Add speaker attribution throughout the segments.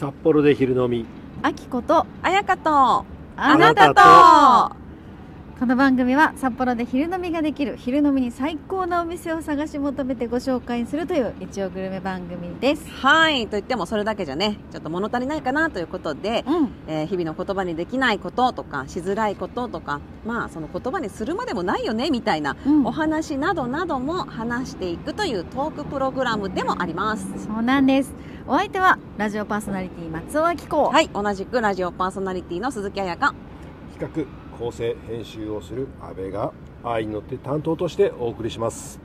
Speaker 1: 札幌で昼飲み
Speaker 2: あきこと
Speaker 3: あやかと
Speaker 1: あ
Speaker 2: あ
Speaker 1: な
Speaker 2: な
Speaker 1: た
Speaker 2: た
Speaker 1: と
Speaker 2: と
Speaker 4: この番組は札幌で昼飲みができる昼飲みに最高なお店を探し求めてご紹介するという一応グルメ番組です
Speaker 3: はいと言ってもそれだけじゃねちょっと物足りないかなということで、
Speaker 4: うん
Speaker 3: えー日々の言葉にできないこととかしづらいこととかまあその言葉にするまでもないよねみたいな
Speaker 4: うん
Speaker 3: お話などなども話していくというトークプログラムでもあります
Speaker 4: そうなんですお相手はラジオパーソナリティ松尾明子
Speaker 3: はい同じくラジオパーソナリティの鈴木あやか
Speaker 1: 企画構成編集をする阿部が愛に乗って担当としてお送りします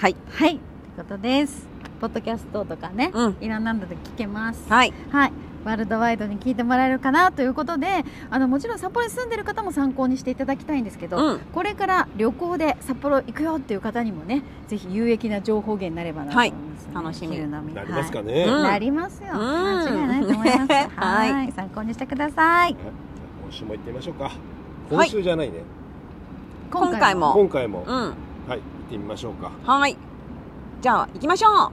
Speaker 3: はい
Speaker 4: はいということですポッドキャストとかね、
Speaker 3: うん
Speaker 4: いろんなので聞けます
Speaker 3: はい
Speaker 4: はい、ワールドワイドに聞いてもらえるかなということであのもちろん札幌に住んでる方も参考にしていただきたいんですけど、
Speaker 3: うん
Speaker 4: これから旅行で札幌行くよっていう方にもねぜひ有益な情報源になればなと思いますね、
Speaker 3: はい楽しみ
Speaker 4: 昼飲み
Speaker 1: なりますか
Speaker 4: はい
Speaker 1: ね、
Speaker 3: うん
Speaker 4: なりますよ、
Speaker 3: うん
Speaker 4: 間違いないと思います
Speaker 3: はい
Speaker 4: はい参考にしてください
Speaker 1: 今週も行ってみましょうか
Speaker 3: は
Speaker 1: 今
Speaker 3: い
Speaker 1: 週じゃないね、
Speaker 3: 今回も
Speaker 1: 今回も、
Speaker 3: う
Speaker 1: はい
Speaker 3: ん
Speaker 1: 行ってみましょうか
Speaker 3: はい。じゃあ行きましょう。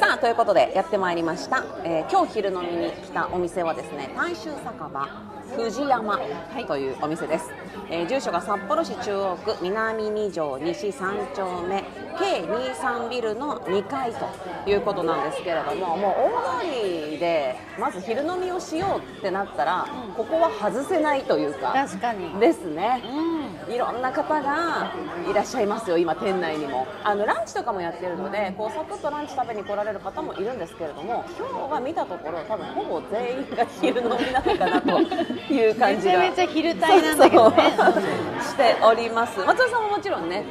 Speaker 3: さあということでやってまいりました、えー今日昼飲みに来たお店はですね大衆酒場藤山というお店です、えー住所が札幌市中央区南2条西3丁目計23ビルの2階ということなんですけれどももう大通りでまず昼飲みをしようってなったら、ここは外せないというか
Speaker 2: 確かに
Speaker 3: ですね、
Speaker 2: うん
Speaker 3: いろんな方がいらっしゃいますよ、今、店内にも。あのランチとかもやってるので、こうサクッとランチ食べに来られる方もいるんですけれども、今日は見たところ、多分ほぼ全員が昼飲みなのかなという感
Speaker 2: め
Speaker 3: じ
Speaker 2: ち
Speaker 3: が
Speaker 2: ゃめちゃ昼帯なんだけどね
Speaker 3: そうそうしております。松尾さんももちろんね、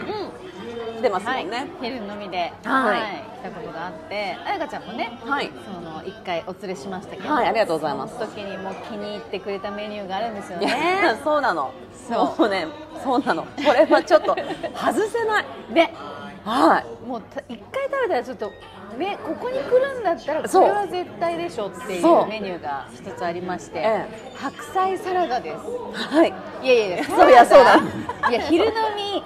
Speaker 3: 来てますも
Speaker 2: はい
Speaker 3: んね。
Speaker 2: 昼飲みで、
Speaker 3: はい
Speaker 2: 来たことがあってあやかちゃんもね、
Speaker 3: はい
Speaker 2: その一回お連れしましたけど、
Speaker 3: はいありがとうございます
Speaker 2: その時にもう気に入ってくれたメニューがあるんですよ
Speaker 3: いや
Speaker 2: ね
Speaker 3: そうなの、
Speaker 2: そう
Speaker 3: もうね、そうなの、これはちょっと外せない、
Speaker 2: で
Speaker 3: はい、
Speaker 2: もうた一回食べたらちょっとねここに来るんだったら
Speaker 3: そ
Speaker 2: こ
Speaker 3: う
Speaker 2: れは絶対でしょってい
Speaker 3: そう
Speaker 2: うメニューが一つありまして、
Speaker 3: え
Speaker 2: 白菜サラダです
Speaker 3: はい、
Speaker 2: いやいやいや
Speaker 3: そうやそうだ
Speaker 2: いや昼飲み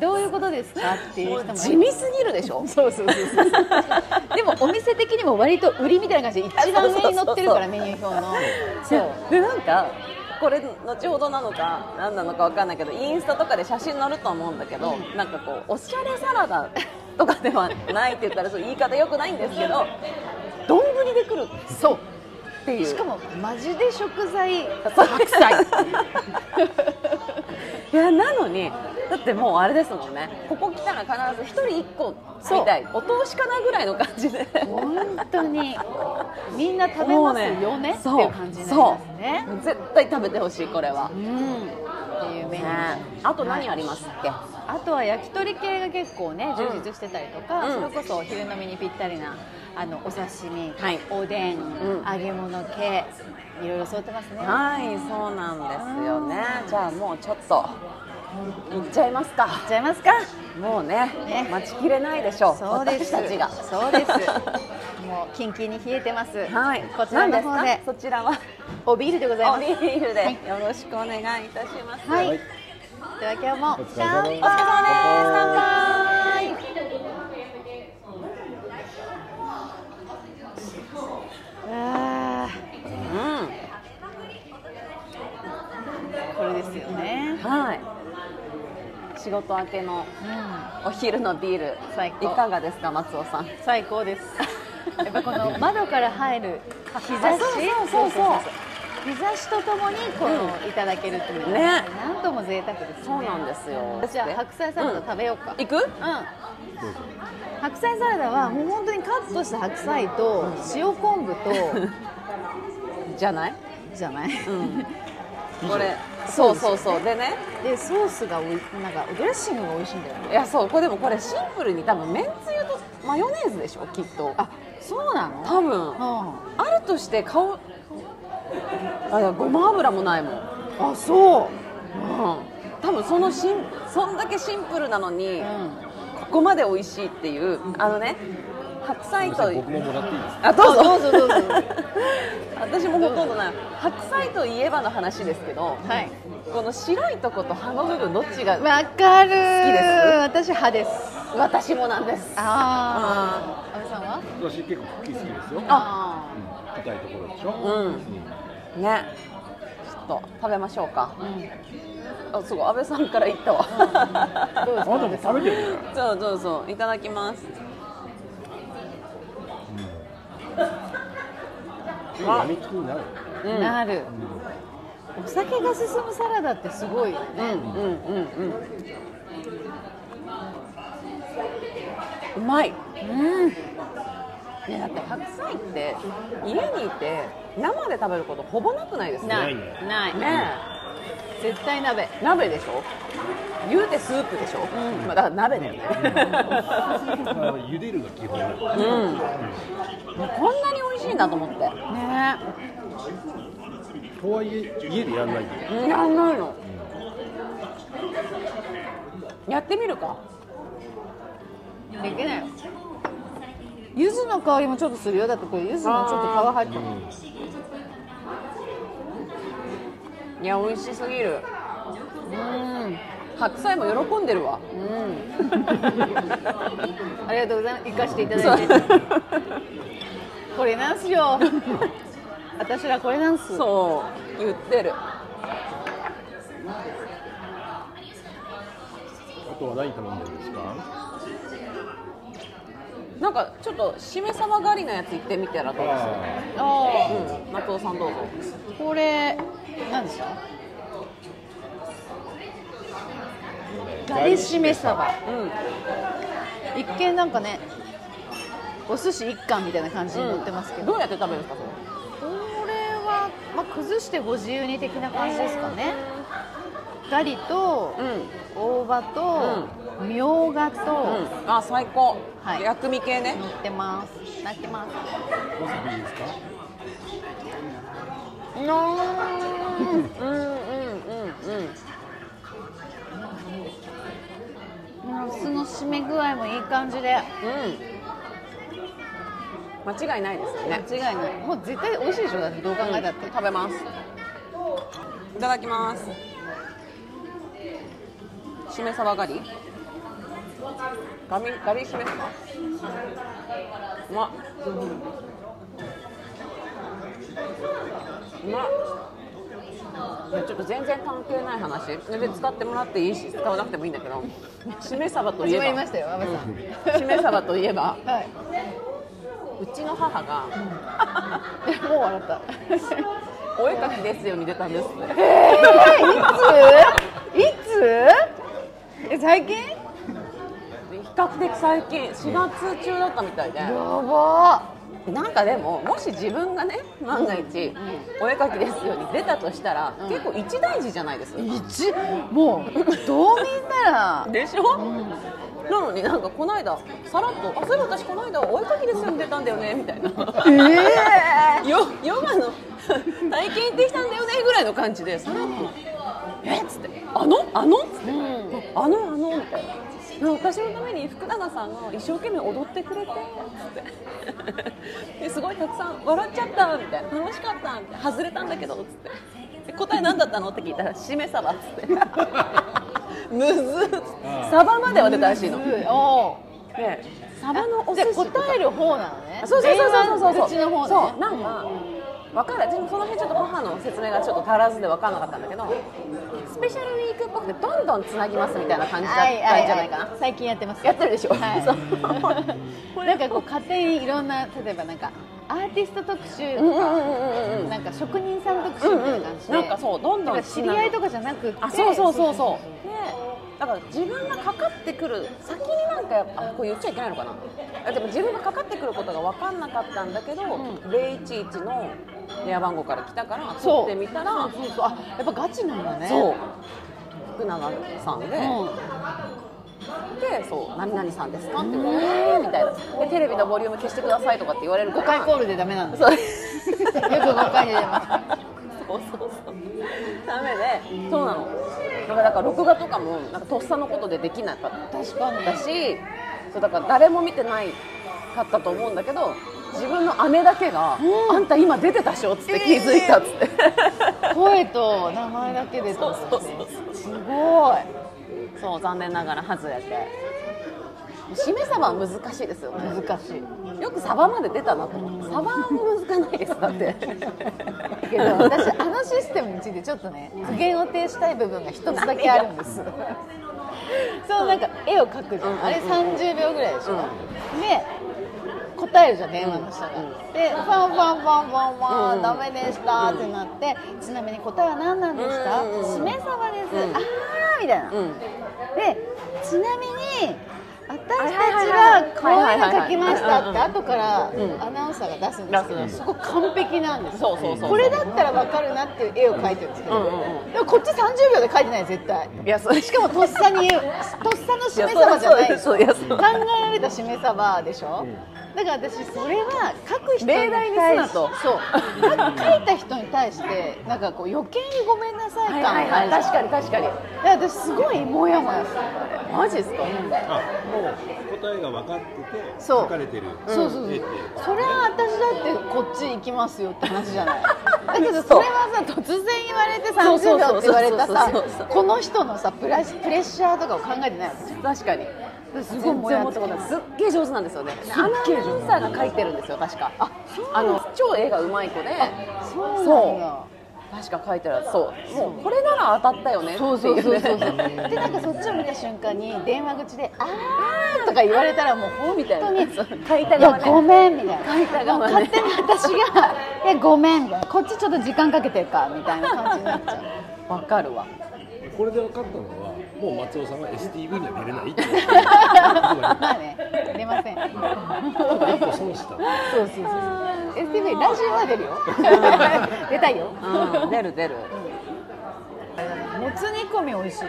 Speaker 2: どういうことですかっていう
Speaker 3: も
Speaker 2: 人
Speaker 3: う
Speaker 2: も
Speaker 3: 地味すぎるでしょ、
Speaker 2: そうそうそうそうでもお店的にも割と売りみたいな感じで一番上に載ってるからメニュー表のそう
Speaker 3: でなんかこれ後ほどなのか何なのか分かんないけどインスタとかで写真載ると思うんだけど、なんかこうおしゃれサラダとかではないって言ったらそう言い方よくないんですけど丼で来る
Speaker 2: そう
Speaker 3: っていう
Speaker 2: しかもマジで食材
Speaker 3: そう
Speaker 2: 白菜
Speaker 3: いやなのにだってもうあれですもんねここ来たら必ず一人一個
Speaker 2: そう
Speaker 3: みたいお通しかなぐらいの感じで
Speaker 2: 本当にみんな食べますよねっていう感じになりますね
Speaker 3: そう絶対食べてほしいこれは、ね
Speaker 2: うんっていうメニュー
Speaker 3: あと何ありますっけ、
Speaker 2: あとは焼き鳥系が結構ね充実してたりとか、
Speaker 3: うん
Speaker 2: それこそ昼飲みにぴったりなあのお刺身、
Speaker 3: はい
Speaker 2: おでん、
Speaker 3: ん
Speaker 2: 揚げ物系いろいろ添えてますねい
Speaker 3: はい、そうなんですよね。じゃあもうちょっと行っちゃいますか。
Speaker 2: っちゃいますか
Speaker 3: もうね、
Speaker 2: ね
Speaker 3: 待ちきれないでしょう。
Speaker 2: そうです
Speaker 3: 私たちが。
Speaker 2: そうですもうキンキンに冷えてます
Speaker 3: はい、
Speaker 2: こちらの方
Speaker 3: 何
Speaker 2: です
Speaker 3: かそちらは
Speaker 2: おビールでござい
Speaker 3: オ
Speaker 2: ます
Speaker 3: リーブで
Speaker 2: はい
Speaker 3: よろしくお願いいたします。
Speaker 2: はい、
Speaker 1: はい
Speaker 2: では今日も
Speaker 1: お疲れ様です
Speaker 2: 乾杯乾杯あ
Speaker 3: う
Speaker 2: ーこれですよね、
Speaker 3: ん、はい。仕事明けの
Speaker 2: うん
Speaker 3: お昼のビール、
Speaker 2: 最高
Speaker 3: いかがですか、松尾さん。
Speaker 2: 最高です やっぱこの窓から入る日差し
Speaker 3: あそうそうそうそう
Speaker 2: 日差しとともにこのいただけるっていうのは
Speaker 3: ね
Speaker 2: なんとも贅沢ですね
Speaker 3: そうなんですよ
Speaker 2: じゃあ白菜サラダ食べようか、
Speaker 3: 行く？
Speaker 2: うん、白菜サラダはもう本当にカットした白菜と塩昆布と
Speaker 3: じゃない？
Speaker 2: じゃない、
Speaker 3: んこれ、そうそうそう。でね。
Speaker 2: でソースがおいなんかドレッシングが美味しいんだよね
Speaker 3: いやそうこれでもこれシンプルに多分めんつゆとマヨネーズでしょきっと
Speaker 2: あそうなの
Speaker 3: 多分
Speaker 2: う
Speaker 3: あるとして顔あいやごま油もないもん、うん、
Speaker 2: んあそう、
Speaker 3: 多分そのしんそんだけシンプルなのに、
Speaker 2: うん、
Speaker 3: ここまで美味しいっていうあのね白菜と
Speaker 1: 僕ももらっていいですか
Speaker 3: あどうぞ
Speaker 2: どうぞどうぞ
Speaker 3: 私もほとんどない白菜といえばの話ですけど、
Speaker 2: はい
Speaker 3: この白いとこと葉の部分どっちが、
Speaker 2: わかる好
Speaker 3: きです
Speaker 2: 私派です
Speaker 3: 私もなんです
Speaker 2: ああ安部さんは
Speaker 1: 私結構クッキー好きですよ、うん、
Speaker 2: あ
Speaker 1: 硬いところでしょ、
Speaker 3: うん
Speaker 1: うん
Speaker 3: ねちょっと食べましょうか
Speaker 2: あ、うん、
Speaker 3: あすごい安倍さんから言ったわ
Speaker 2: どうで
Speaker 1: あな
Speaker 2: す
Speaker 1: た
Speaker 2: か
Speaker 1: も食べてる ね
Speaker 3: そうそうそういただきます
Speaker 1: でもやみつきになる
Speaker 3: うんうん
Speaker 2: なる、お酒が進むサラダってすごいよね
Speaker 3: うんうんうんうまい
Speaker 2: うん
Speaker 3: ねだって白菜って家にいて生で食べることほぼなくないですか
Speaker 2: な
Speaker 1: ないい
Speaker 2: ね
Speaker 1: ね
Speaker 2: ない
Speaker 3: ね
Speaker 2: 絶対鍋
Speaker 3: え鍋でしょ言うてスープでしょ、まあ、だから鍋だよね、
Speaker 1: だから茹でるが基本なの
Speaker 3: うん、もうこんなに美味しいんだと思って
Speaker 2: ね
Speaker 1: とはいえ家でやらないんだよ
Speaker 3: やんないのやってみるか
Speaker 2: できないよ柚子の香りもちょっとするよだってこれ柚子のちょっと皮入ってる
Speaker 3: いや美味しすぎるうん白菜も喜んでるわ
Speaker 2: ありがとうございます生かしていただいて これなんす よ私らこれなんす
Speaker 3: そう言ってる
Speaker 1: あとは何頼んでるんですか
Speaker 3: なんかちょっとしめ鯖狩りのやつ行ってみたらどうですか
Speaker 1: あ
Speaker 2: あ
Speaker 3: うん松尾さんどうぞ
Speaker 2: ーこれなんでしたガリしめサバ
Speaker 3: うん
Speaker 2: 一見なんかねお寿司一貫みたいな感じに載ってますけど、
Speaker 3: どうやって食べるんですか
Speaker 2: これは、まあ、崩してご自由に的な感じですかね、ガリと
Speaker 3: それうん
Speaker 2: 大葉とみょうがと、
Speaker 3: うんあ最高、
Speaker 2: はい
Speaker 3: 薬味系ね
Speaker 2: 乗ってますなってます
Speaker 1: あわさびですか
Speaker 3: うんうんうんうん
Speaker 2: 酢の締め具合もいい感じで
Speaker 3: うん間違いないですよね
Speaker 2: 間違いないもう絶対美味しいでしょだってどう考えたって、
Speaker 3: 食べますいただきますしめ鯖狩りガミガリしめ鯖うまっうまっいやちょっと全然関係ない話全然使ってもらっていいし使わなくてもいいんだけどしめ鯖とい
Speaker 2: 始まり
Speaker 3: え
Speaker 2: ましたよ阿部さん、
Speaker 3: ばしめ鯖といえば
Speaker 2: はいう
Speaker 3: ちの母が
Speaker 2: えもう笑った
Speaker 3: 「お絵かきですよ」に出たんですって
Speaker 2: えいついつえ最近や
Speaker 3: 比較的最近4月中だったみたいで
Speaker 2: ば
Speaker 3: なんかでももし自分がね万が一お絵描きですように出たとしたら結構一大事じゃないです
Speaker 2: 一もうどう見たら
Speaker 3: でしょなのになんかこの間さらっと「あそういえば私この間お絵描きですように出たんだよね」みたいな
Speaker 2: ええ
Speaker 3: 「ヨヨガの体験行ってきたんだよね」ぐらいの感じでさらっと「えっ?」つって「あのあの?」っつって「あのあの」みたいな。私のために福永さんが一生懸命踊ってくれてつってですごいたくさん笑っちゃったみたいな楽しかったみたいな外れたんだけどつってで答え何だったのって聞いたら「しめさば」っつ って「むずっつって」サバまでは出たらしいの
Speaker 2: お
Speaker 3: でサバのお
Speaker 2: じ
Speaker 3: 寿
Speaker 2: ゃあ
Speaker 3: 司とか
Speaker 2: 答える方なのね
Speaker 3: そうそうそうそうそうそう
Speaker 2: 口の方
Speaker 3: そ
Speaker 2: ね
Speaker 3: うなんか、わかんない私もその辺ちょっと母の説明がちょっと足らずで分かんなかったんだけどスペシャルウィークっぽくてどんどんつなぎますみたいな感じだったん
Speaker 2: はい
Speaker 3: じ
Speaker 2: はい
Speaker 3: ゃ
Speaker 2: は
Speaker 3: ないいかな、
Speaker 2: 最近やってます
Speaker 3: やってるでしょ
Speaker 2: はい
Speaker 3: そう
Speaker 2: なんかこう家庭にいろんな例えばなんかアーティスト特集
Speaker 3: うん
Speaker 2: と
Speaker 3: うんう
Speaker 2: か、
Speaker 3: んうんうん
Speaker 2: なんか職人さん特集みたいな感じで、
Speaker 3: うんうんなんかそうどんどん
Speaker 2: だから知り合いとかじゃなくて
Speaker 3: あそうそうそうそうねだから自分がかかってくる先になんかやっぱあこれ言っちゃいけないのかなあでも自分がかかってくることが分かんなかったんだけど、011の電話番号から来たから取
Speaker 2: そう
Speaker 3: ってみたら
Speaker 2: そうそうそうあやっぱガチなんだね
Speaker 3: そう福永さんで、
Speaker 2: うん
Speaker 3: でそう何々さんですかって言われてえーみたいなでテレビのボリューム消してくださいとかって言われるか
Speaker 2: 5回
Speaker 3: ら
Speaker 2: コールでダメなんです
Speaker 3: そう
Speaker 2: よく5回で出ます
Speaker 3: そうそうそうダメでそうなのだからだから録画とかもなんかとっさのことでできなかった
Speaker 2: 確かに
Speaker 3: だしそうだから誰も見てないかったと思うんだけど自分の姉だけが「あんた今出てたっしょ」っつって気づいたっつって、
Speaker 2: 声と名前だけでと
Speaker 3: そうそうそう
Speaker 2: すごい
Speaker 3: そう残念ながら外れてしめ鯖は難しいですよね
Speaker 2: 難しい
Speaker 3: よく鯖まで出たなと思って鯖は難ないですだって
Speaker 2: けど私あのシステムについてちょっとね苦言を呈したい部分が一つだけあるんですそうなんか絵を描くじゃん、あれ30秒ぐらいでしょ、で答えるじゃん電話の人が、でファンファンファンファンファン、ダメでしたってなってちなみに答えは何なんでした、
Speaker 3: うんうんうん
Speaker 2: しめ鯖です、
Speaker 3: うん
Speaker 2: ああみたいな、
Speaker 3: うん
Speaker 2: でちなみに私たちはこう
Speaker 3: はいいうはい
Speaker 2: の
Speaker 3: はい
Speaker 2: 書きましたって
Speaker 3: は
Speaker 2: 後から
Speaker 3: ん
Speaker 2: アナウンサーが出すんですけ
Speaker 3: 出
Speaker 2: ど
Speaker 3: す
Speaker 2: すごい完璧なんです
Speaker 3: そうそうそう
Speaker 2: これだったら分かるなっていう絵を描いてるんですけ
Speaker 3: うんうん
Speaker 2: どでもこっち30秒で描いてない絶対
Speaker 3: いやそう
Speaker 2: しかもとっさに言うとっさのしめ
Speaker 3: いや
Speaker 2: 鯖じゃない
Speaker 3: そうそうそういやそう
Speaker 2: 考えられたしめ鯖でしょだから私それは書く人に
Speaker 3: 命題にす
Speaker 2: 対
Speaker 3: な
Speaker 2: し
Speaker 3: と
Speaker 2: そう書いた人に対してなんかこう余計にごめんなさい感があるじゃん
Speaker 3: 確かに確かに
Speaker 2: いや私すごいモヤモヤするあれ
Speaker 3: マジですか
Speaker 1: あもう答えが分かってて
Speaker 2: そう
Speaker 1: 書かれてる
Speaker 2: そうそうそう、
Speaker 1: 絵って
Speaker 2: それは私だってこっち行きますよって話じゃないだけどそれはさ突然言われて
Speaker 3: そ
Speaker 2: 30
Speaker 3: うそ
Speaker 2: 秒
Speaker 3: うそうそう
Speaker 2: って言われたさ
Speaker 3: そうそうそう
Speaker 2: この人のさプラスプレッシャーとかを考えてないわけじゃん
Speaker 3: 確かに
Speaker 2: す
Speaker 3: す
Speaker 2: ごい
Speaker 3: ご
Speaker 2: も
Speaker 3: いも
Speaker 2: や
Speaker 3: や
Speaker 2: っ
Speaker 3: も
Speaker 2: と
Speaker 3: と
Speaker 2: き
Speaker 3: こ
Speaker 2: ま
Speaker 3: とすっげえ上手なんですよねアナウンサーが書いてるんですよ確かああの超絵がうまい子で
Speaker 2: そうなんだ
Speaker 3: 確か書いてあるそうもうこれなら当たったよねっていうね
Speaker 2: でなんかそっちを見た瞬間に電話口で「あー」とか言われたらもう本
Speaker 3: みたいな
Speaker 2: 当に
Speaker 3: 書いた
Speaker 2: いや
Speaker 3: 側
Speaker 2: ご
Speaker 3: ね
Speaker 2: めんみたいな
Speaker 3: 書いた側ね
Speaker 2: もう勝手に私が 「いやごめん」みたいなこっちちょっと時間かけてるかみたいな感じになっちゃう
Speaker 3: わかるわ
Speaker 1: これで分かったのはもう松尾さんは STV には出れないって いう
Speaker 2: まあね、出ません。
Speaker 1: 一個損した
Speaker 2: STV ラジオは出るよ。出たいよ。
Speaker 3: うん出る出る
Speaker 2: もつ煮込み美味しい。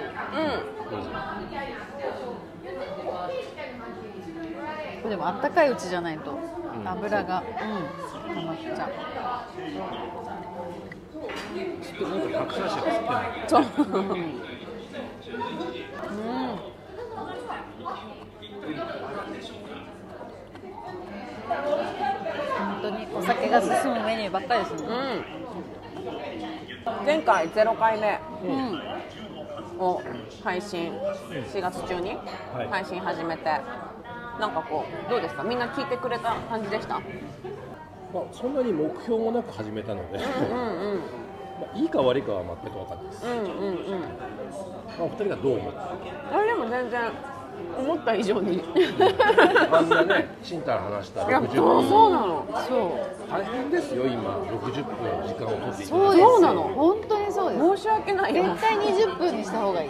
Speaker 3: う
Speaker 2: でもあったかいうちじゃないと油が、うん、溜まっちゃう。
Speaker 1: ちょっとなんか白菜しか映ってない
Speaker 3: んそう
Speaker 2: 本当にお酒が進むメニューばっかりです
Speaker 3: う
Speaker 2: ね。
Speaker 3: ん前回ゼロ回目を配信4月中に
Speaker 1: はい
Speaker 3: 配信始めてなんかこうどうですかみんな聞いてくれた感じでした
Speaker 1: まあ、そんなに目標もなく始めたので、
Speaker 3: うんうん
Speaker 1: まあ、いいか悪いかは全く分かんないです、
Speaker 3: うんうんうん
Speaker 1: まあ、お二人がどう 思うか
Speaker 3: あれでも全然思った以上 にい
Speaker 1: あんなね、ちんたら話した
Speaker 3: や
Speaker 1: 60
Speaker 3: そうそう
Speaker 1: 分
Speaker 3: なの
Speaker 2: そう。
Speaker 1: 大変ですよ、今60分の時間を取っていた
Speaker 2: そう
Speaker 1: だい
Speaker 2: で
Speaker 1: て
Speaker 2: す。
Speaker 3: そうなの
Speaker 2: 本当にそうです。
Speaker 3: 申し訳ないよ
Speaker 2: 絶対20分にした方がい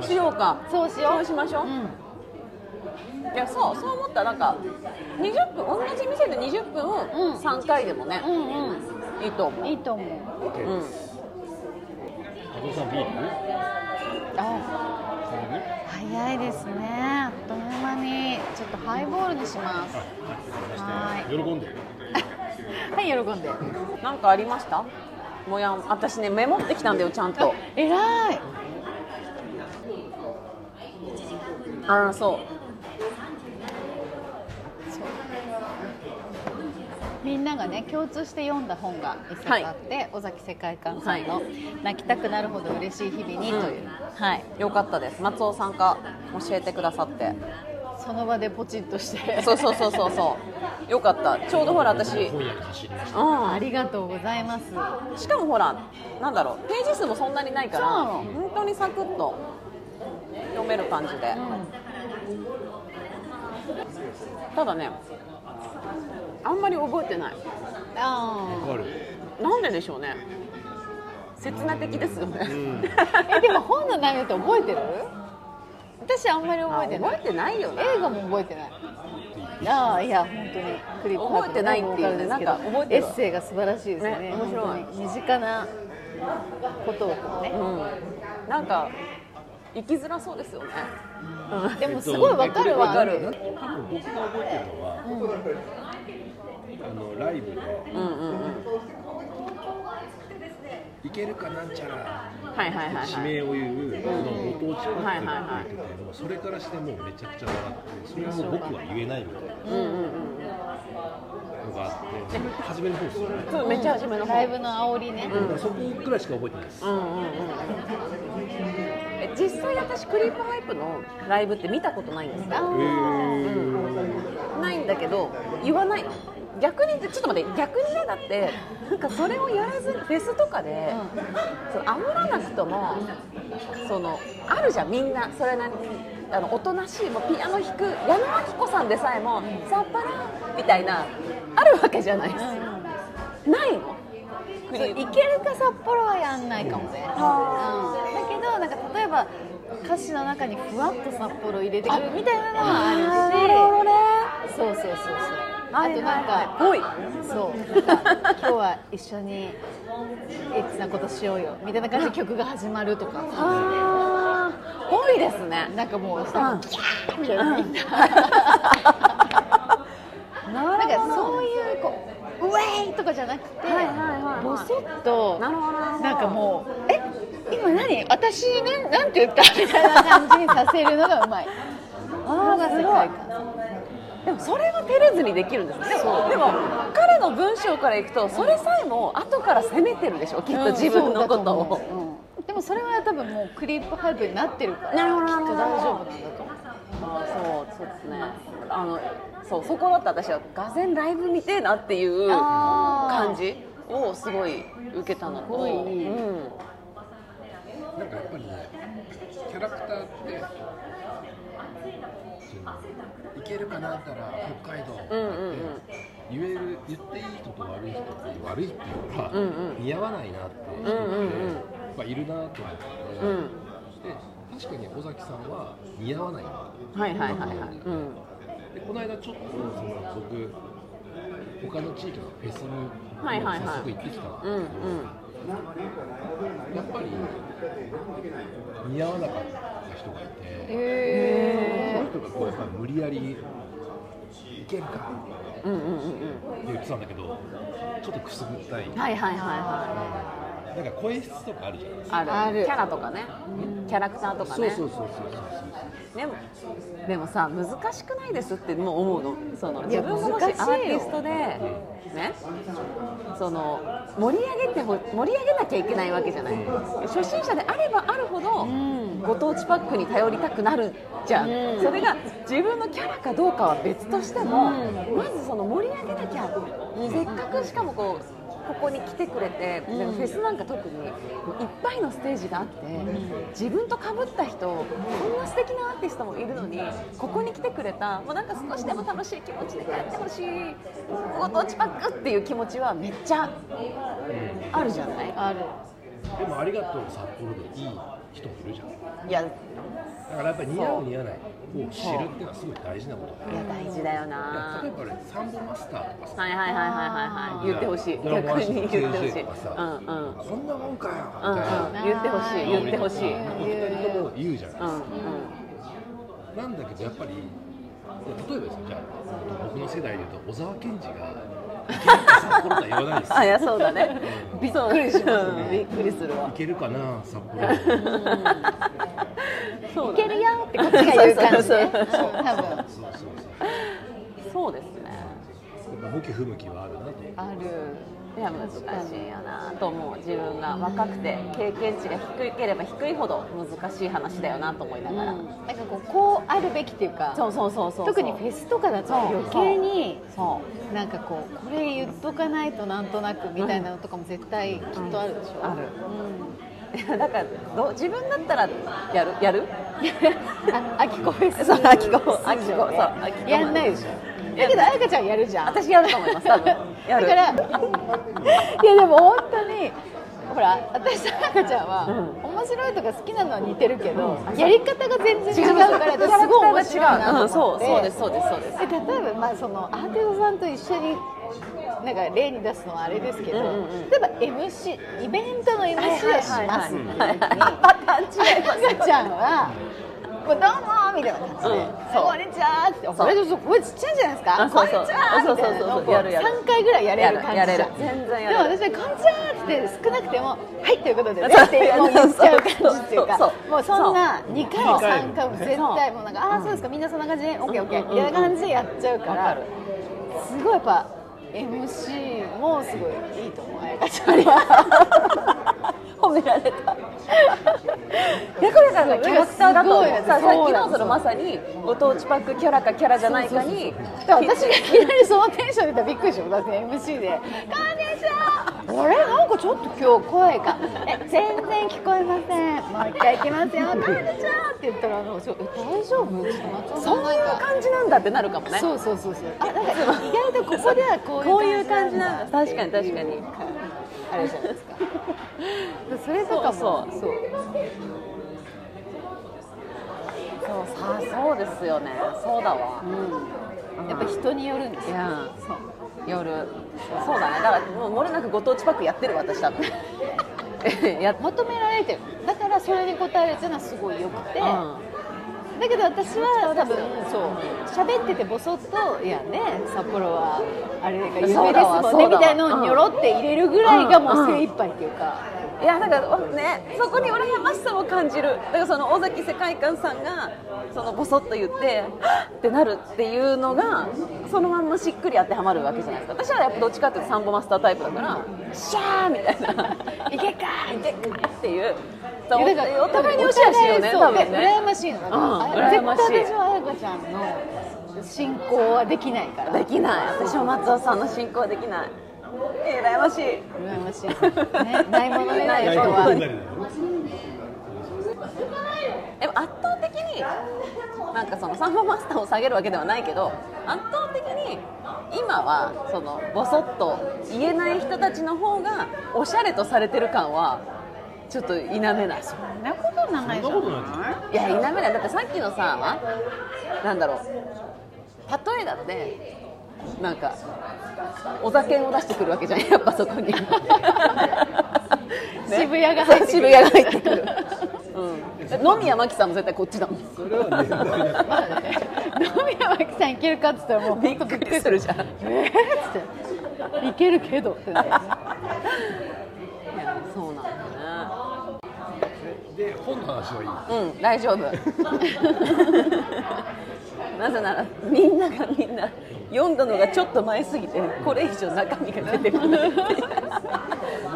Speaker 2: い。
Speaker 3: しようか
Speaker 2: そうし
Speaker 3: そ
Speaker 2: よ
Speaker 3: うしましょう
Speaker 2: う。うん。
Speaker 3: いやそうそう思ったなんか20分同じ店で20分
Speaker 2: うん
Speaker 3: を3回でもね、
Speaker 2: うん
Speaker 3: いいと思
Speaker 2: うん。
Speaker 3: う
Speaker 2: いいと思う。
Speaker 3: うん
Speaker 1: OK 松尾さん、ビール
Speaker 2: あ、
Speaker 1: 頼む
Speaker 2: 早いですね。あっという間にちょっとハイボールにします。は
Speaker 1: 喜んでる
Speaker 2: はい、喜んで。
Speaker 3: なんかありましたもやん私ねメモってきたんだよちゃんと
Speaker 2: えらい。
Speaker 3: ああそう
Speaker 2: みんながね共通して読んだ本が一冊あって、尾崎世界観さんの
Speaker 3: は
Speaker 2: 「泣きたくなるほど嬉しい日々に」という、
Speaker 3: うん
Speaker 2: はい、
Speaker 3: よかったです松尾さんが教えてくださって
Speaker 2: その場でポチッとして
Speaker 3: そうそうそうそうそうよかったちょうどほら私うん
Speaker 1: 本屋に走りました
Speaker 2: ありがとうございます
Speaker 3: しかもほらなんだろうページ数もそんなにないから
Speaker 2: そう
Speaker 3: 本当にサクッと読める感じで、ただねあんまり覚えてない
Speaker 2: あ
Speaker 1: わかる
Speaker 3: なんででしょうね刹那的ですよね、
Speaker 2: ーえでも本の内容って覚えてる私あんまり覚えてない
Speaker 3: 覚えてないよね
Speaker 2: 映画も覚えてないああいや本当にクリップハートの
Speaker 3: 覚えてないっていうね
Speaker 2: ボーカルですけど
Speaker 3: なんか覚えて
Speaker 2: エ
Speaker 3: る
Speaker 2: ッセイが素晴らしいですね
Speaker 3: ね面白い
Speaker 2: 本当に身近なことをこうね、
Speaker 3: うんなんか生きづらそうですよね、うん
Speaker 2: でもすごいわかるわ、
Speaker 3: わかる
Speaker 1: 多分僕が覚えてるのは、あのライブで、
Speaker 3: うんうんうん
Speaker 1: いけるかなんちゃら
Speaker 3: はいはいはい
Speaker 1: 指
Speaker 3: はい
Speaker 1: 名を言う、そのご当地パ
Speaker 3: はい
Speaker 1: ック
Speaker 3: はいは
Speaker 1: が
Speaker 3: い
Speaker 1: 出てて、もうそれからしてもうめちゃくちゃ笑って、それも僕は言えないみたいな
Speaker 3: うんうんうん
Speaker 1: のがあって、初めの方ですよね。
Speaker 3: そうめっちゃ初めの方
Speaker 2: ライブの煽りね、
Speaker 1: そこくらいしか覚えてないです。
Speaker 3: うんうんうんえ実際私クリープハイプのライブって見たことないんですよ
Speaker 1: えー、
Speaker 3: ないんだけど言わない逆にちょっと待って逆にねだってなんかそれをやらずにフェスとかで、その煽らなくともそのあるじゃんみんなそれなりにあのおとなしいもうピアノ弾く矢野明子さんでさえも「さっぱら」みたいなあるわけじゃないですないのク
Speaker 2: そう
Speaker 3: リ
Speaker 2: い
Speaker 3: ーム
Speaker 2: けるか札幌はやんないかもね、うん、だけどなんか例えば歌詞の中にふわっと札幌入れてくるみたいなのもあるしそうそうそうそうあとなんか
Speaker 3: ぽい
Speaker 2: そうなんか今日は一緒にエッチなことしようよみたいな感じで曲が始まるとか
Speaker 3: あーぽいですね
Speaker 2: なんかもうさ、
Speaker 3: うん
Speaker 2: みたいな。なんかそういうこうウェイとかじゃなくて、
Speaker 3: いはいはいはい
Speaker 2: ボソッと
Speaker 3: なるほどなるほど
Speaker 2: なんかもうえ今何私ねなんて言ったみたいな感じにさせるのがうまい。あが世界観。
Speaker 3: でもそれは照れずにできるんですねでもでも彼の文章からいくとそれさえも後から責めてるでしょきっと自分のこと
Speaker 2: うんそうだ
Speaker 3: を、
Speaker 2: 思ううんでもそれは多分もうクリープハイブになってるから
Speaker 3: なるほど
Speaker 2: きっと
Speaker 3: なる
Speaker 2: 大
Speaker 3: ほ
Speaker 2: 丈
Speaker 3: ど
Speaker 2: 夫なんだと思う。
Speaker 3: そうそうですねあのそうそこだって私はがぜライブ見てえなっていう
Speaker 2: あー
Speaker 3: 感じをすごい受けたのと、
Speaker 2: ごいいい
Speaker 3: うん、
Speaker 5: なんかやっぱりねキャラクターってそのいけるかなったら北海道って
Speaker 3: うんうんうん
Speaker 5: 言える言っていい人と悪い人って悪いっていうか、
Speaker 3: んう
Speaker 5: 似合わないなって人って、
Speaker 3: うんうんうん
Speaker 5: まあ、いるなと思って、
Speaker 3: うん
Speaker 5: で確かに尾崎さんは似合わないな
Speaker 3: はいはいはいはい、うん、
Speaker 5: でこの間ちょっとその僕他の地域のフェスに
Speaker 3: はいはいはい
Speaker 5: 早速行ってきたんだけ
Speaker 3: う
Speaker 5: ど、
Speaker 3: んうん
Speaker 5: やっぱり似合わなかった人がいて、その人がこうやっぱり無理やり「いけるか」
Speaker 3: うんうんうんうん
Speaker 5: って言ってたんだけどちょっとくすぐったい、
Speaker 3: はいはいはいは
Speaker 5: なんか声質とかあるじゃないです
Speaker 3: い
Speaker 5: か、
Speaker 3: ある
Speaker 2: ある
Speaker 3: キャラとかねキャラクターとかね
Speaker 5: そうそうそうそう
Speaker 3: でもでもさ難しくないですってもう思うのその
Speaker 2: い
Speaker 3: 自
Speaker 2: や
Speaker 3: 分がもしア
Speaker 2: 難しいよ
Speaker 3: ーティストで、ね、その盛り上げてほ盛り上げなきゃいけないわけじゃない初心者であればあるほどご当地パックに頼りたくなるじゃんそれが自分のキャラかどうかは別としてもまずその盛り上げなきゃせっかくしかもこうここに来てくれて、でもフェスなんか特にもういっぱいのステージがあって、自分と被った人こんな素敵なアーティストもいるのにここに来てくれたもうなんか少しでも楽しい気持ちで帰ってほしいご当地パックっていう気持ちはめっちゃあるじゃない
Speaker 2: ある。
Speaker 5: そうでも「ありがとう札幌」でいい人もいるじゃん
Speaker 3: いやい
Speaker 5: だからやっぱり似合う似合わないを知るっていうのはすごい大事なことで
Speaker 3: や大事だよ
Speaker 5: いや例え
Speaker 3: な
Speaker 5: ばあれサンボマスターとかさ
Speaker 3: はいはいはいはいはいはい言ってほしい
Speaker 5: ドラゴ
Speaker 3: 逆
Speaker 5: ンアッシ
Speaker 3: に
Speaker 5: ュの
Speaker 3: 言ってほしい
Speaker 5: KJ とかさ
Speaker 3: うんうん
Speaker 5: こんなもんかよ
Speaker 3: うんう
Speaker 5: みたいな、
Speaker 3: ん、言ってほしい言ってほしい、うん
Speaker 5: お二人とも言うじゃないです
Speaker 3: う
Speaker 5: か、
Speaker 3: ん、
Speaker 5: なんだけどやっぱりいや例えばですよじゃあ僕の世代でいうと小沢健二が「いけるか札幌」とは言わないですよ
Speaker 3: あいやそうだねびっくりします
Speaker 5: ね
Speaker 3: びっくりするわ
Speaker 5: いけるかな札幌
Speaker 3: そう
Speaker 2: いけるよってこっちが言う感じね。うん多分。
Speaker 5: そうそうそう
Speaker 3: そうですね
Speaker 5: やっぱ向き不向きはあるなと
Speaker 2: ある。
Speaker 3: いや難しいよなと思う自分が若くて経験値が低ければ低いほど難しい話だよなと思いながら、
Speaker 2: なんかこうこうあるべきっていうか
Speaker 3: そうそうそうそう
Speaker 2: 特にフェスとかだと
Speaker 3: そう
Speaker 2: 余計に
Speaker 3: そ
Speaker 2: なんかこうこれ言っとかないとなんとなくみたいなのとかも絶対きっとあるでしょ、
Speaker 3: うあるだからどう自分だったらやるや る
Speaker 2: ああきこフェス
Speaker 3: そうあきこあきこそうあきこ
Speaker 2: やんないでしょだけどあやかちゃんやるじゃん
Speaker 3: 私やると思います多 分
Speaker 2: だ
Speaker 3: やる
Speaker 2: からいやでも本当にほら私とあやかちゃんは、面白いとか好きなのは似てるけど、やり方が全然違うから私すごい面白い
Speaker 3: うん
Speaker 2: なと
Speaker 3: そ
Speaker 2: 思っ
Speaker 3: う
Speaker 2: て、
Speaker 3: そうですそうですそうです
Speaker 2: え例えば、まあ、そのアーティストさんと一緒になんか例に出すのはあれですけど、
Speaker 3: うんうんうん
Speaker 2: 例えば MC イベントの MC をしますっていう時に
Speaker 3: パターン違います
Speaker 2: 赤ちゃんは「こうどうも」みたいな感じで
Speaker 3: うん
Speaker 2: 「
Speaker 3: そう
Speaker 2: こんにちは」って「
Speaker 3: そう
Speaker 2: これ声ちっちゃいじゃないですか
Speaker 3: あ
Speaker 2: こ
Speaker 3: そ
Speaker 2: ん
Speaker 3: う
Speaker 2: にち
Speaker 3: そう
Speaker 2: は」みたいなのをこう
Speaker 3: そうそうそうやるやる
Speaker 2: 3回ぐらいやれる感じじゃん
Speaker 3: やるやる全然やれる
Speaker 2: でも私は「こんにちは」って少なくても「はい」ということでねってもう言っちゃう感じっていうか
Speaker 3: そうそう
Speaker 2: もうそんな2回も
Speaker 5: そう
Speaker 2: 3回も絶対もうなんか「ああそうですかみんなそんな感じねオッケーオッケー」みたいな感じでやっちゃうからすごいやっぱ MC もすごいいいと思うあやかちゃんは。
Speaker 3: 褒められた。ヤクラさんがキャラクターだと思う
Speaker 2: すごい
Speaker 3: さあさっ
Speaker 2: そ
Speaker 3: き
Speaker 2: うな
Speaker 3: の
Speaker 2: の
Speaker 3: そのまさにご当地パックキャラかキャラじゃないかに
Speaker 2: だから私がいきなりそのテンションで言ったらびっくりでしょだって MC で「こんにちは!」あれなんかちょっと今日声が「え全然聞こえませんもう一回行きますよこんにちは!」って言ったらあのちょえ大丈夫?」ちょっと松尾さ
Speaker 3: そ
Speaker 2: ん
Speaker 3: う
Speaker 2: ないん
Speaker 3: う
Speaker 2: か
Speaker 3: 感じなんだってなるかもね
Speaker 2: そうそうそうそうあなんか意外とここではこういう
Speaker 3: こういう感じなんだ確かに確かに
Speaker 2: あれじゃないですか
Speaker 4: それ
Speaker 3: そ
Speaker 4: と
Speaker 3: う
Speaker 4: かも
Speaker 3: そうそうそうさあそうですよねそうだわ、うん
Speaker 2: やっぱ人によるんです
Speaker 3: い
Speaker 2: よ
Speaker 3: や
Speaker 2: そう
Speaker 3: 夜そうだねだからもう漏れなくご当地パックやってる私多分 やっ
Speaker 2: 求められてるだからそれに応えるっていうのはすごいよくて、だけど私は多分そう喋っててボソッと「いやね札幌はあれが有名です
Speaker 3: そうだわ
Speaker 2: もん
Speaker 3: そ
Speaker 2: ね」
Speaker 3: うだわ
Speaker 2: みたいのをにょろって入れるぐらいが
Speaker 3: うん
Speaker 2: も
Speaker 3: う
Speaker 2: うん精一杯っていうか、
Speaker 3: いやなんかねそこに羨ましさを感じるだからその尾崎世界観さんがそのボソッと言って はっってなるっていうのがそのまんましっくり当てはまるわけじゃないですか私はやっぱどっちかっていうとサンボマスタータイプだからシャーみた いないけっかーいけっかーっていうそう
Speaker 2: いやだから
Speaker 3: お互いによしあしよね
Speaker 2: お
Speaker 3: 多
Speaker 2: 互い
Speaker 3: 分
Speaker 2: そうで
Speaker 3: ね
Speaker 2: 羨ましいのだか
Speaker 3: うん
Speaker 2: ら、あ
Speaker 3: 羨ましい
Speaker 2: 絶対私は彩香ちゃんの進行はできないから
Speaker 3: できない私は松尾さんの進行はできないえー羨ましい
Speaker 2: 羨ましい、ね、ないものねない人
Speaker 5: 外国に
Speaker 2: は
Speaker 5: なるの
Speaker 3: でも圧倒的になんかそのサンボマスターを下げるわけではないけど圧倒的に今はそのボソッと言えない人たちの方がおしゃれとされてる感はちょっと否めない
Speaker 2: そんなことないじゃ
Speaker 5: そんなことない
Speaker 2: ない
Speaker 3: いや否めないだってさっきのさなんだろう例えだってなんかお酒を出してくるわけじゃんやっぱそこ に
Speaker 2: 渋谷が入ってくる
Speaker 3: 渋谷が入ってくる、うん、野宮真紀さんも絶対こっちだもん
Speaker 5: それはね
Speaker 2: 飲み山木さんいけるかっつったらもう
Speaker 3: びっくりするじゃん
Speaker 2: えーっつって「いけるけど」ってなるよね
Speaker 3: いやそうなんだ
Speaker 5: で本の話はいい
Speaker 3: ねうん大丈 夫なぜならみんながみんな読んだのがちょっと前すぎてこれ以上中身が出てこないっていう
Speaker 5: 覚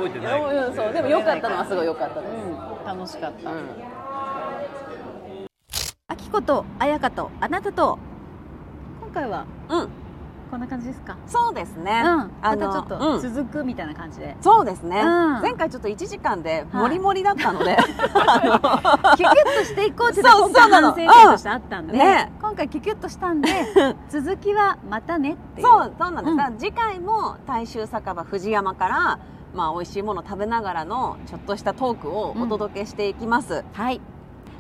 Speaker 5: えて
Speaker 3: い
Speaker 5: ない
Speaker 3: やうんそうでも良かったのはすごい良かったです、
Speaker 2: 楽しかった、
Speaker 3: うん
Speaker 4: あきこと彩香とあなたと今回は
Speaker 3: うん、
Speaker 4: こんな感じですか
Speaker 3: そうですね。
Speaker 4: うんまた
Speaker 3: あの
Speaker 4: ちょっ
Speaker 3: う
Speaker 4: と
Speaker 3: ん
Speaker 4: 続くみたいな感じで、
Speaker 3: そうですね、
Speaker 4: うん
Speaker 3: 前回ちょっと1時間でモリモリだった ので、
Speaker 4: キュキュッとしていこうっていう
Speaker 3: そ
Speaker 4: の
Speaker 3: う
Speaker 4: が
Speaker 3: そう
Speaker 4: 今
Speaker 3: な
Speaker 4: 回
Speaker 3: の
Speaker 4: 反省点としてあったんで、
Speaker 3: うんね
Speaker 4: 今回キュキュッとしたんで続きはまたねっていう
Speaker 3: そうそうなんです、
Speaker 4: うん
Speaker 3: だから次回も大衆酒場藤山から、まあ、美味しいものを食べながらのちょっとしたトークをお届けしていきます、
Speaker 4: はい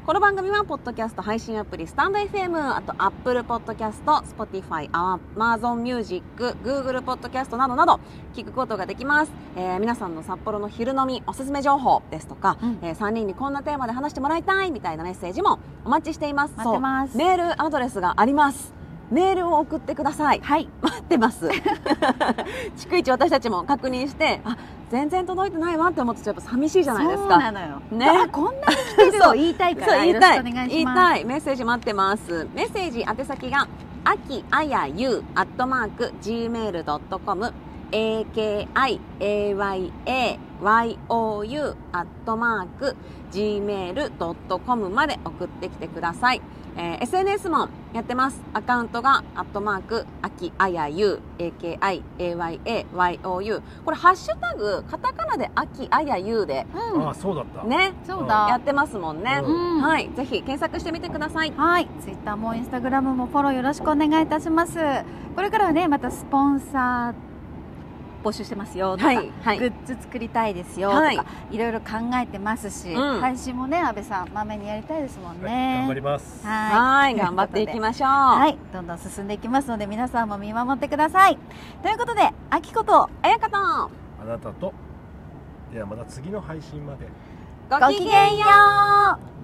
Speaker 3: この番組はポッドキャスト配信アプリスタンド FM あと Apple ポッドキャスト Spotify アマゾンミュージック Google ポッドキャストなどなど聞くことができます、えー皆さんの札幌の昼飲みおすすめ情報ですとか、
Speaker 4: うん
Speaker 3: え3人にこんなテーマで話してもらいたいみたいなメッセージもお待ちしています
Speaker 4: 待ってます
Speaker 3: そうメールアドレスがありますメールを送ってください
Speaker 4: はい
Speaker 3: 待ってます 逐一私たちも確認してあ全然届いてないわって思ってちょっとやっぱ寂しいじゃないです
Speaker 4: そう
Speaker 3: か
Speaker 4: なのよ、
Speaker 3: ね
Speaker 4: あこんなに来てる
Speaker 3: そ
Speaker 4: と
Speaker 3: う
Speaker 4: 言いたいか
Speaker 3: そう
Speaker 4: ら
Speaker 3: 言
Speaker 4: よ
Speaker 3: い
Speaker 4: ろしたく
Speaker 3: い
Speaker 4: お願い
Speaker 3: 言
Speaker 4: し
Speaker 3: い
Speaker 4: ま
Speaker 3: た
Speaker 4: す
Speaker 3: いメッセージ待ってますメッセージ宛先があきあやゆアットマーク gmail.com akiayayou アットマーク gmail.com まで送ってきてください、えー SNS もやってますアカウントがアットマークあきあやゆ akiayayou これハッシュタグカタカナであきあやゆで
Speaker 5: あそうだった
Speaker 3: ね
Speaker 4: そう
Speaker 3: や
Speaker 4: だ
Speaker 3: ってますもんね、
Speaker 4: うん
Speaker 3: はいぜひ検索してみてください
Speaker 4: はい、ツイッターもインスタグラムもフォローよろしくお願いいたします。これからはね、またスポンサー募集してますよとか、
Speaker 3: はいはい
Speaker 4: グッズ作りたいですよとか、
Speaker 3: はい
Speaker 4: い、ろいろ考えてますし、
Speaker 3: うん
Speaker 4: 配信もね、安倍さんまめにやりたいですもんね。
Speaker 5: 頑張ります
Speaker 4: は
Speaker 3: はいい頑張っていき
Speaker 4: ま
Speaker 3: ましょう
Speaker 4: はいい、どんどん進んでいきますので、皆さんも見守ってください。ということで、あきこと
Speaker 3: あやかと
Speaker 5: あなたとではまた次の配信まで
Speaker 3: ごきげんよう